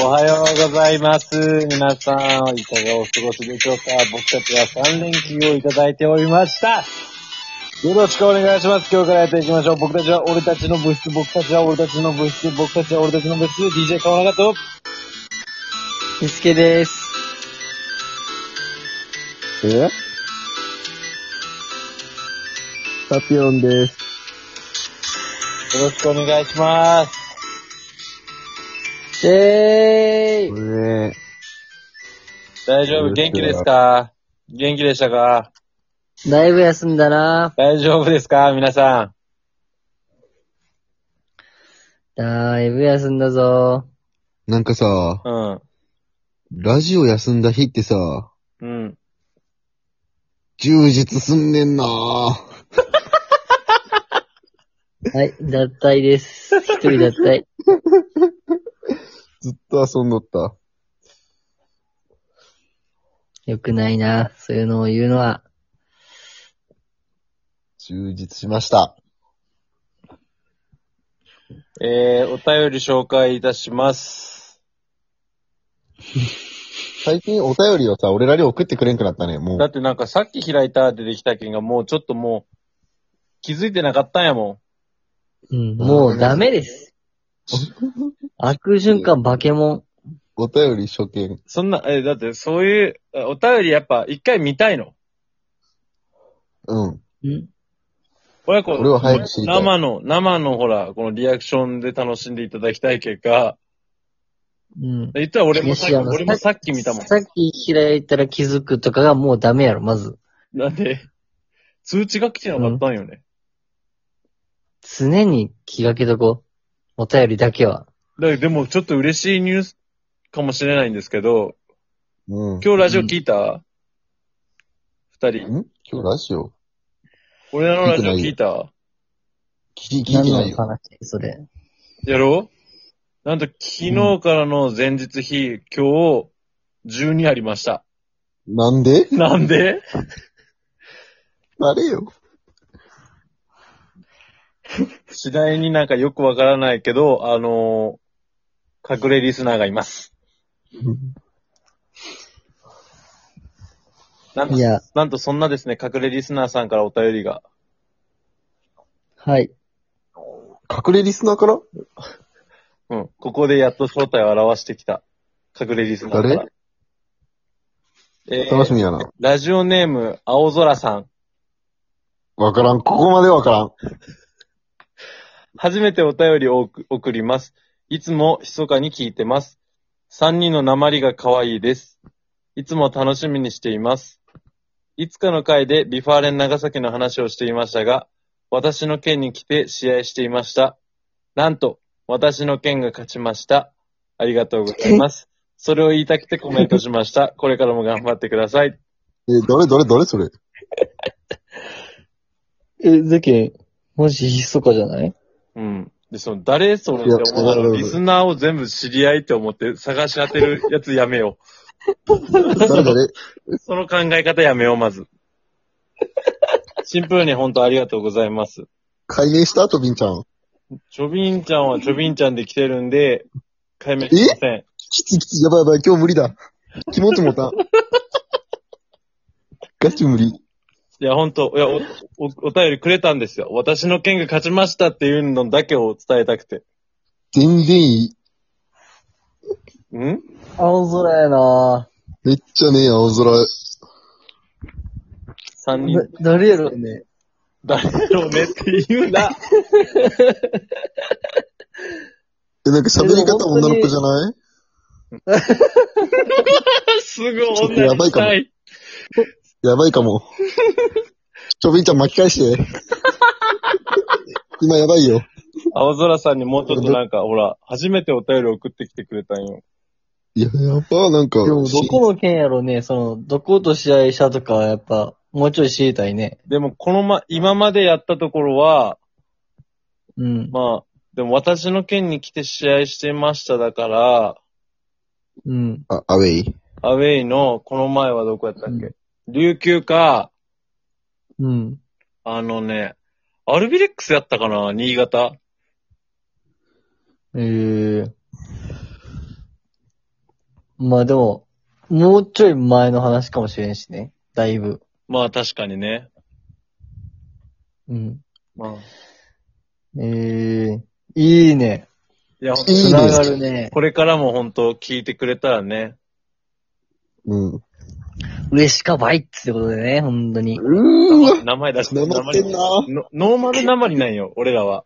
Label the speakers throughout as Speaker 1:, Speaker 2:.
Speaker 1: おはようございます。皆さん、いかがお過ごしでしょうか僕たちは3連休をいただいておりました。よろしくお願いします。今日からやっていきましょう。僕たちは俺たちの部室、僕たちは俺たちの部室、僕たちは俺たちの部室、DJ 川中と、
Speaker 2: みつけです。
Speaker 3: えパピオンです。
Speaker 1: よろしくお願いします。
Speaker 2: えーい。
Speaker 3: ね
Speaker 1: 大丈夫元気ですか元気でしたか
Speaker 2: だいぶ休んだな。
Speaker 1: 大丈夫ですか皆さ
Speaker 2: だいぶ休んだぞ。
Speaker 3: なんかさ、
Speaker 1: ん。うん。
Speaker 3: ラジオ休んだ日ってさ、
Speaker 1: うん。
Speaker 3: 充実すんねんな
Speaker 2: はい、脱退です。一人脱退。
Speaker 3: ずっと遊んどった。
Speaker 2: よくないな。そういうのを言うのは。
Speaker 3: 充実しました。
Speaker 1: えー、お便り紹介いたします。
Speaker 3: 最近お便りをさ、俺らに送ってくれんくなったね、も
Speaker 1: だ
Speaker 3: う。
Speaker 1: ってなんかさっき開いた出てきた件がもうちょっともう気づいてなかったんやも
Speaker 2: うん、もうダメ です。悪循環バケモン。
Speaker 3: お便り初見
Speaker 1: ん。。そんな、え、だってそういう、えお便りやっぱ一回見たいの。
Speaker 3: うん。
Speaker 2: うん
Speaker 1: 親子、
Speaker 3: 俺は早く知りたい
Speaker 1: 生の、生のほら、このリアクションで楽しんでいただきたい結果、
Speaker 2: うん。
Speaker 1: 言ったら俺もさっき、
Speaker 2: いやいや
Speaker 1: 俺もさっき見たもん。
Speaker 2: さっき開いたら気づくとかがもうダメやろ、まず。
Speaker 1: なんで、通知が来てなかったんよね。
Speaker 2: 常に気がけとこう。お便りだけは。
Speaker 1: だでもちょっと嬉しいニュースかもしれないんですけど、
Speaker 3: う
Speaker 1: 今
Speaker 3: ん。
Speaker 1: 日ラジオ聞いた二、人。
Speaker 3: ん今日ラジオ
Speaker 1: 俺らのラジオ聞いた
Speaker 3: 聞き、聞い
Speaker 2: 何
Speaker 3: て
Speaker 2: の
Speaker 3: ない
Speaker 2: 話
Speaker 3: よ。
Speaker 2: それ。
Speaker 1: やろうなんと、昨日からの前日比、今日、12ありました。
Speaker 3: なんで
Speaker 1: なんで
Speaker 3: あれよ。
Speaker 1: 次第になんかよくわからないけど、あのー隠れリスナーがいます。なんと
Speaker 2: い、や、
Speaker 1: なんとそんなですね、隠れリスナーさんからお便りが。
Speaker 2: はい。
Speaker 3: 隠れリスナーから
Speaker 1: うん。ここでやっと正体を表してきた。隠れリスナーから。
Speaker 3: 誰
Speaker 1: えー
Speaker 3: 楽しみやな。
Speaker 1: ラジオネーム、青空さん。
Speaker 3: わからん。ここまでわからん。
Speaker 1: 初めてお便りを送送ります。いつも密かに聞いてます。三人の鉛が可愛いです。いつも楽しみにしています。いつかの回でビファーレン長崎の話をしていましたが、私の県に来て試合していました。なんと、私の県が勝ちました。ありがとうございます。それを言いたくてコメントしました。これからも頑張ってください。
Speaker 3: え、どれどれどれそ れ。
Speaker 2: え、だけ、もしひそかじゃない
Speaker 1: うん。で、その、誰それって思った
Speaker 3: いや
Speaker 1: ら、リスナーを全部知り合いって思って探し当てるやつやめよう。
Speaker 3: 誰誰
Speaker 1: その考え方やめよう、まず。 シンプルに本当ありがとうございます。
Speaker 3: 改名したとびんちゃん。
Speaker 1: ちょびんちゃんはちょびんちゃんで来てるんで、解明しません。
Speaker 3: きついきつい、やばいやばい、今日無理だ。気持ち持たん。ガチ無理。
Speaker 1: いや、本当いやお、お、お便りくれたんですよ。私の県が勝ちましたっていうのだけを伝えたくて。
Speaker 3: 全然いい。
Speaker 1: ん
Speaker 2: 青空やな
Speaker 3: めっちゃね、青空。
Speaker 1: 三人。
Speaker 2: 誰やろね。
Speaker 1: 誰だろうねって言うな。
Speaker 3: え、なんか喋り方女の子じゃない
Speaker 1: すぐ女にしたい。
Speaker 3: やばいかも。ちょびんちゃん巻き返して。 今やばいよ。
Speaker 1: 青空さんにもうちょっとなんか、ほら、初めてお便り送ってきてくれたんよ。
Speaker 3: いや、やば、なんか。
Speaker 2: でも、どこの県やろね、その、どこと試合したとかはやっぱ、もうちょい知りたいね。
Speaker 1: でも、このま、今までやったところは、
Speaker 2: うん。
Speaker 1: まあ、でも私の県に来て試合してましただから、
Speaker 2: うん。
Speaker 3: あ、アウェイ。
Speaker 1: アウェイのこの前はどこやったっけ、
Speaker 2: う
Speaker 1: 琉球か、
Speaker 2: うん。
Speaker 1: あのね、アルビレックスやったかな新潟。
Speaker 2: ええまあでも、もうちょい前の話かもしれんしね。だいぶ。
Speaker 1: まあ確かにね。
Speaker 2: うん。
Speaker 1: まあ。
Speaker 2: ええいいね。
Speaker 1: いや、
Speaker 3: いいね
Speaker 2: つながるね。
Speaker 1: これからも本当聞いてくれたらね。
Speaker 3: うん。う
Speaker 2: 嬉しかばいってことでね、本当に。
Speaker 3: ーわ。
Speaker 1: 名前出して。
Speaker 3: なまってんな
Speaker 1: 名前のノーマルなまりなんよ、俺らは。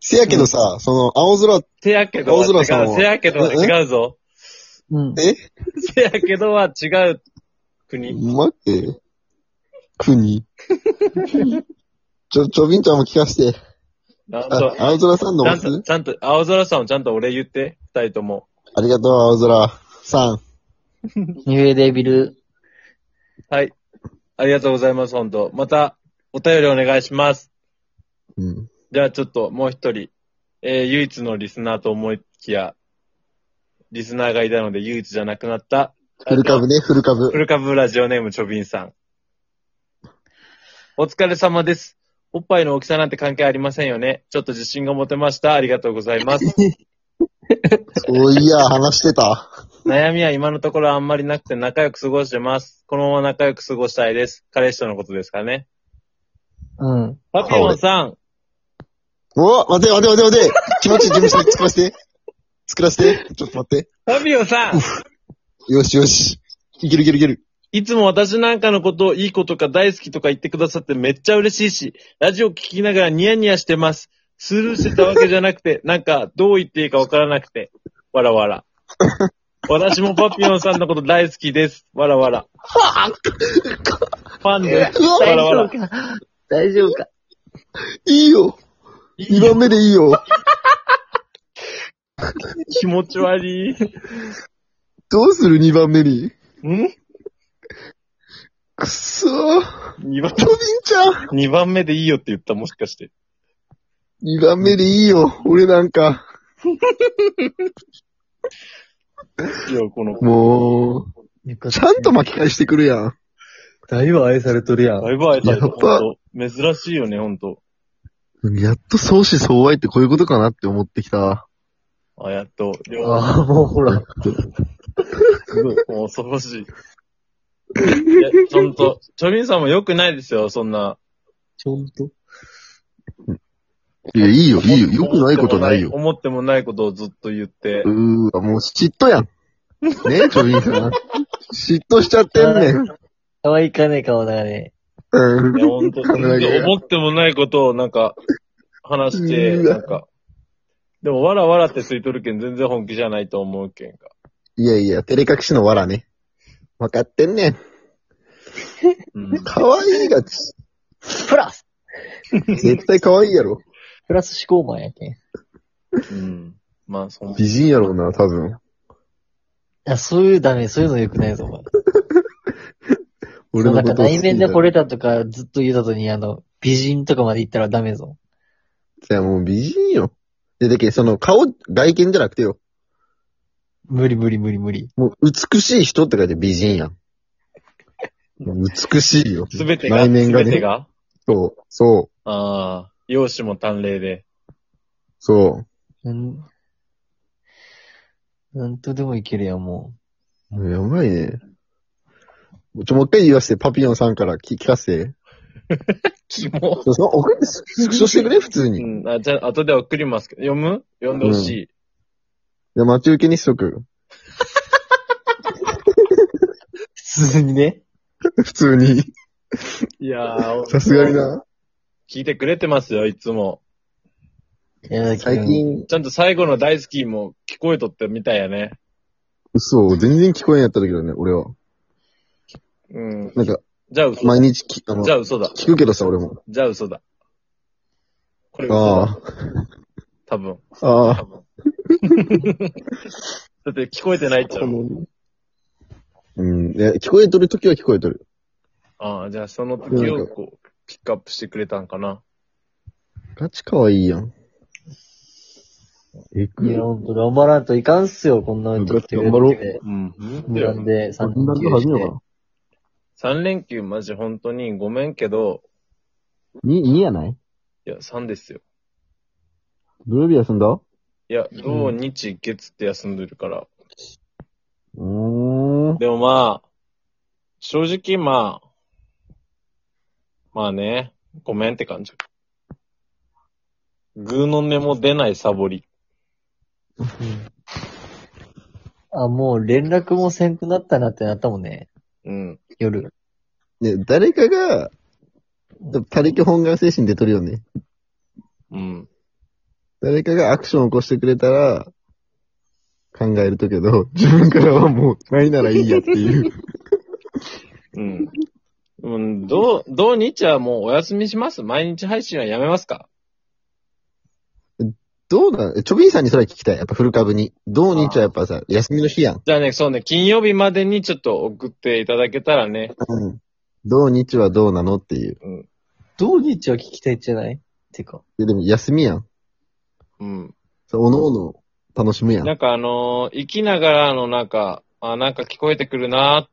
Speaker 3: せやけどさ、その、青空、
Speaker 1: せやけどは
Speaker 3: 青空さん
Speaker 1: 違う。
Speaker 3: は
Speaker 1: せやけどは違うぞ。
Speaker 2: うん。
Speaker 3: え
Speaker 1: せやけどは違う国。
Speaker 3: 待って。 国。ちょ、ちょびんちゃんも聞かせて。
Speaker 1: なん
Speaker 3: あ
Speaker 1: と、ち
Speaker 3: 青空さんの
Speaker 1: ゃ
Speaker 3: 押
Speaker 1: ん
Speaker 3: す
Speaker 1: と、ちゃんと、青空さんをちゃんと俺言って、二人とも。
Speaker 3: ありがとう、青空さん。
Speaker 2: ニューエデビル。
Speaker 1: はい。ありがとうございます、本当また、お便りお願いします。
Speaker 3: うん。
Speaker 1: じゃあちょっと、もう一人。えー、唯一のリスナーと思いきや、リスナーがいたので唯一じゃなくなった。
Speaker 3: フル株ね、フル株
Speaker 1: フ。ルカブラジオネームチョビンさん。お疲れ様です。おっぱいの大きさなんて関係ありませんよね。ちょっと自信が持てました。ありがとうございます。
Speaker 3: おいや、話してた。
Speaker 1: 悩みは今のところあんまりなくて仲良く過ごしてます。このまま仲良く過ごしたいです。彼氏とのことですかね。
Speaker 2: うん。
Speaker 1: パピオンさん、
Speaker 3: お待て待て待て待て気持ちいい気持ちいい作らせて。作らせて。ちょっと待って。
Speaker 1: パピオンさん、
Speaker 3: よしよし。いけるいけるいける。
Speaker 1: いつも私なんかのことをいい子とか大好きとか言ってくださってめっちゃ嬉しいし、ラジオ聞きながらニヤニヤしてます。スルーしてたわけじゃなくて、 なんかどう言っていいかわからなくて、わらわ ら。私もパピオンさんのこと大好きです。わらわら。ファンです。わ
Speaker 2: 大
Speaker 1: らわ
Speaker 2: 丈夫
Speaker 1: ら。
Speaker 2: か。大丈夫か。
Speaker 3: いいよ。2番目でいいよ。
Speaker 1: 気持ち悪い。
Speaker 3: どうする ?2 番目に。
Speaker 1: ん
Speaker 3: くそー。
Speaker 1: 二番
Speaker 3: トビンちゃん。
Speaker 1: 二番目でいいよって言った、もしかして。
Speaker 3: 2番目でいいよ。俺なんか。
Speaker 1: いや、この、
Speaker 3: もう、ちゃんと巻き返してくるやん。
Speaker 2: だいぶ愛されとるや
Speaker 1: だいぶ会えたけど、
Speaker 3: やっぱ
Speaker 1: ほんと珍しいよね、ほんと。
Speaker 3: やっと相思相愛ってこういうことかなって思ってきた。
Speaker 1: あ、やっと、両方
Speaker 2: ああ、もうほら。
Speaker 1: もう恐ろしい。いや、ほんと、チョビンさんも良くないですよ、そんな。
Speaker 2: ちょんと。
Speaker 3: いや、いいよ、いいよ。よくないことないよ。
Speaker 1: 思ってもないことをずっと言って。
Speaker 3: うーわ、もう嫉妬 やん。ね、ちょびんさん。嫉妬しちゃってんねん。
Speaker 2: 可愛いかね、顔だがね。
Speaker 3: うん
Speaker 1: いや、ほんと、
Speaker 3: 危ない
Speaker 1: 思ってもないことをなんか、話して、
Speaker 3: うわ
Speaker 1: なんか。でも、わらわらってついとるけん、全然本気じゃないと思うけんか。
Speaker 3: いやいや、照れ隠しのわらね。わかってんねん。
Speaker 1: うん。
Speaker 3: かわいいがち、
Speaker 2: プラス
Speaker 3: 絶対かわいいやろ。
Speaker 2: プラス思考マンやけん。い
Speaker 1: うん。まあ、そん
Speaker 3: 美人やろうな、多分。
Speaker 2: や、そういうダメ、そういうの良くないぞ、お前。
Speaker 3: 俺の
Speaker 2: なん
Speaker 3: こ
Speaker 2: か
Speaker 3: とを好き
Speaker 2: 内
Speaker 3: になる
Speaker 2: 面で惚れたとか、ずっと言うたとに、あの、美人とかまで言ったらダメぞ。
Speaker 3: じゃあもう美人よ。で、だけどその顔、外見じゃなくてよ。
Speaker 2: 無理無理無理無理。
Speaker 3: もう美しい人って書いて美人やん。もう美しいよ。
Speaker 1: すべてが、
Speaker 3: 内面
Speaker 1: す
Speaker 3: が
Speaker 1: べ
Speaker 3: ね
Speaker 1: てが、
Speaker 3: そう、そう、
Speaker 1: ああ、容姿も端麗で。
Speaker 3: そ
Speaker 2: なん、なんとでもいけるやん、も
Speaker 3: う。もうやばいね。もうちょ、もう一回言わせて、パピヨンさんから聞聞かせて。
Speaker 1: キモ。
Speaker 3: そう、その送って、スクショしてくれ、普通
Speaker 1: う
Speaker 3: に。
Speaker 1: ん、あじゃあ、後で送りますけど、読む読んでほしい。
Speaker 3: で、待ち受けにしとく。
Speaker 2: う。普通にね。
Speaker 3: 普通に。
Speaker 1: いやー、
Speaker 3: さすがに。な。
Speaker 1: 聞いてくれてますよ、いつも。
Speaker 2: いや、だけど
Speaker 3: 最。近、
Speaker 1: ちゃんと最後の大好きも聞こえとってみたいやね。
Speaker 3: 嘘、全然聞こえんやったんだけどね、俺は。
Speaker 1: うん。
Speaker 3: なんか、
Speaker 1: じゃあ嘘だ
Speaker 3: 毎。日き、あの
Speaker 1: じゃ、あ嘘だ。
Speaker 3: 聞くけどさ、俺も。
Speaker 1: じゃあ嘘だ。これ嘘だ。
Speaker 3: あ
Speaker 1: 多分。
Speaker 3: あ、ああ
Speaker 1: 多。分。 だって聞こえてないっちゃう。
Speaker 3: うん。いや、聞こえとるときは聞こえとる。
Speaker 1: ああ、じゃあその時をこう、ピックアップしてくれたんかな。
Speaker 3: ガチ可愛いやん。え
Speaker 2: い
Speaker 3: ぐい
Speaker 2: や、。ほんと、頑張らんといかんっすよ、こんなにとってくれて。
Speaker 3: 頑張ろう
Speaker 1: うん。
Speaker 2: 無断で3
Speaker 3: こんな
Speaker 2: 人
Speaker 3: の初めてかな
Speaker 1: 3連休マジ本当にごめんけど、
Speaker 3: ?2、2やない
Speaker 1: いや、3ですよ。
Speaker 3: 土曜日休んだ
Speaker 1: いや、土日月って休んでるから。
Speaker 3: うーん。
Speaker 1: でもまあ、正直まあ、まあね、ごめんって感じ。ぐーの音も出ないサボり。
Speaker 2: あ、もう連絡もせんくなったなってなったもんね。
Speaker 1: うん。
Speaker 2: 夜。
Speaker 3: ね、誰かが、他力本願精神で取るよね。
Speaker 1: うん。
Speaker 3: 誰かがアクションを起こしてくれたら、考えるとけど、 自分からはもう、ないならいいやっていう。
Speaker 1: うん。うん、どう、土日はもうお休みします毎日配信はやめますか
Speaker 3: どうなんえちょびんさんにそれは聞きたい。やっぱ古株に。どうにちはやっぱさ、休みの日やん。
Speaker 1: じゃあね、そうね、金曜日までにちょっと送っていただけたらね。
Speaker 3: うん。どうにちはどうなのっていう。
Speaker 2: 土日は聞きたいじゃないってか。
Speaker 3: いやでも休みやん。
Speaker 1: うん。
Speaker 3: そうおのおの楽しむやん。
Speaker 1: なんかあのー生きながらのなんか、あ、なんか聞こえてくるな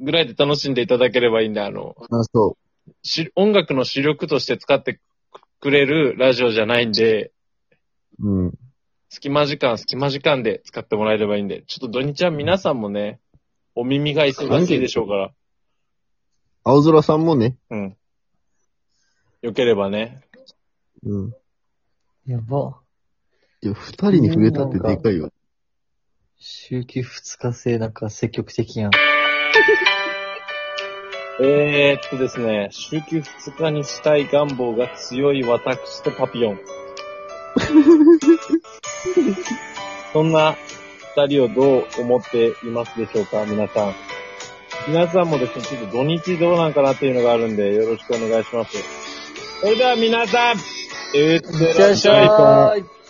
Speaker 1: ーぐらいで楽しんでいただければいいんで、あの、
Speaker 3: あ、そ
Speaker 1: し音楽の主力として使ってくれるラジオじゃないんで、
Speaker 3: う。うん。
Speaker 1: 隙間時間、隙間時間で使ってもらえればいいんで、ちょっと土日は皆さんもね、お耳が忙しいでしょうから、
Speaker 3: 青空さんもね。
Speaker 1: うん。よければね。
Speaker 3: うん。
Speaker 2: やば。
Speaker 3: いや、二人に触れたってでかいよ。
Speaker 2: 週休二日制なんか積極的やん。
Speaker 1: えー、っとですね、週休2日にしたい願望が強い私とパピヨン。そんな二人をどう思っていますでしょうか、皆さん。皆さんもですね、ちょっと土日どうなんかなっていうのがあるんで、よろしくお願いします。それでは皆さん、いってらっしゃい。
Speaker 2: ゃい。